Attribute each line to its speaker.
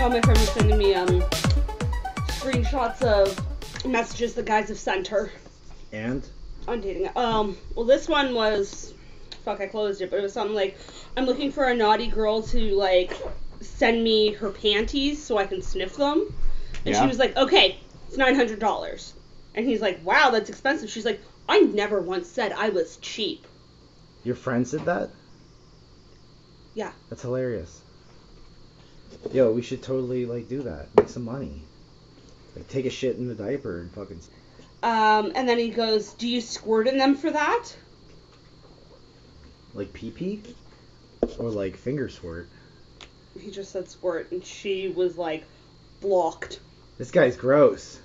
Speaker 1: Oh, my friend was sending me um screenshots of messages the guys have sent her
Speaker 2: And
Speaker 1: on dating. app. Um, well, this one was fuck. I closed it, but it was something like, I'm looking for a naughty girl to like send me her panties so I can sniff them. And
Speaker 2: Yeah.
Speaker 1: she was like, okay, it's nine hundred dollars. And he's like, wow, that's expensive. She's like, I never once said I was cheap.
Speaker 2: your friends did that?
Speaker 1: Yeah.
Speaker 2: That's hilarious. Yo, we should totally like do that. Make some money. Like take a shit in the diaper and fucking.
Speaker 1: Um, and then he goes, do you squirt in them for that?
Speaker 2: Like pee pee? Or like finger squirt.
Speaker 1: He just said squirt, and she was like, blocked.
Speaker 2: This guy's gross.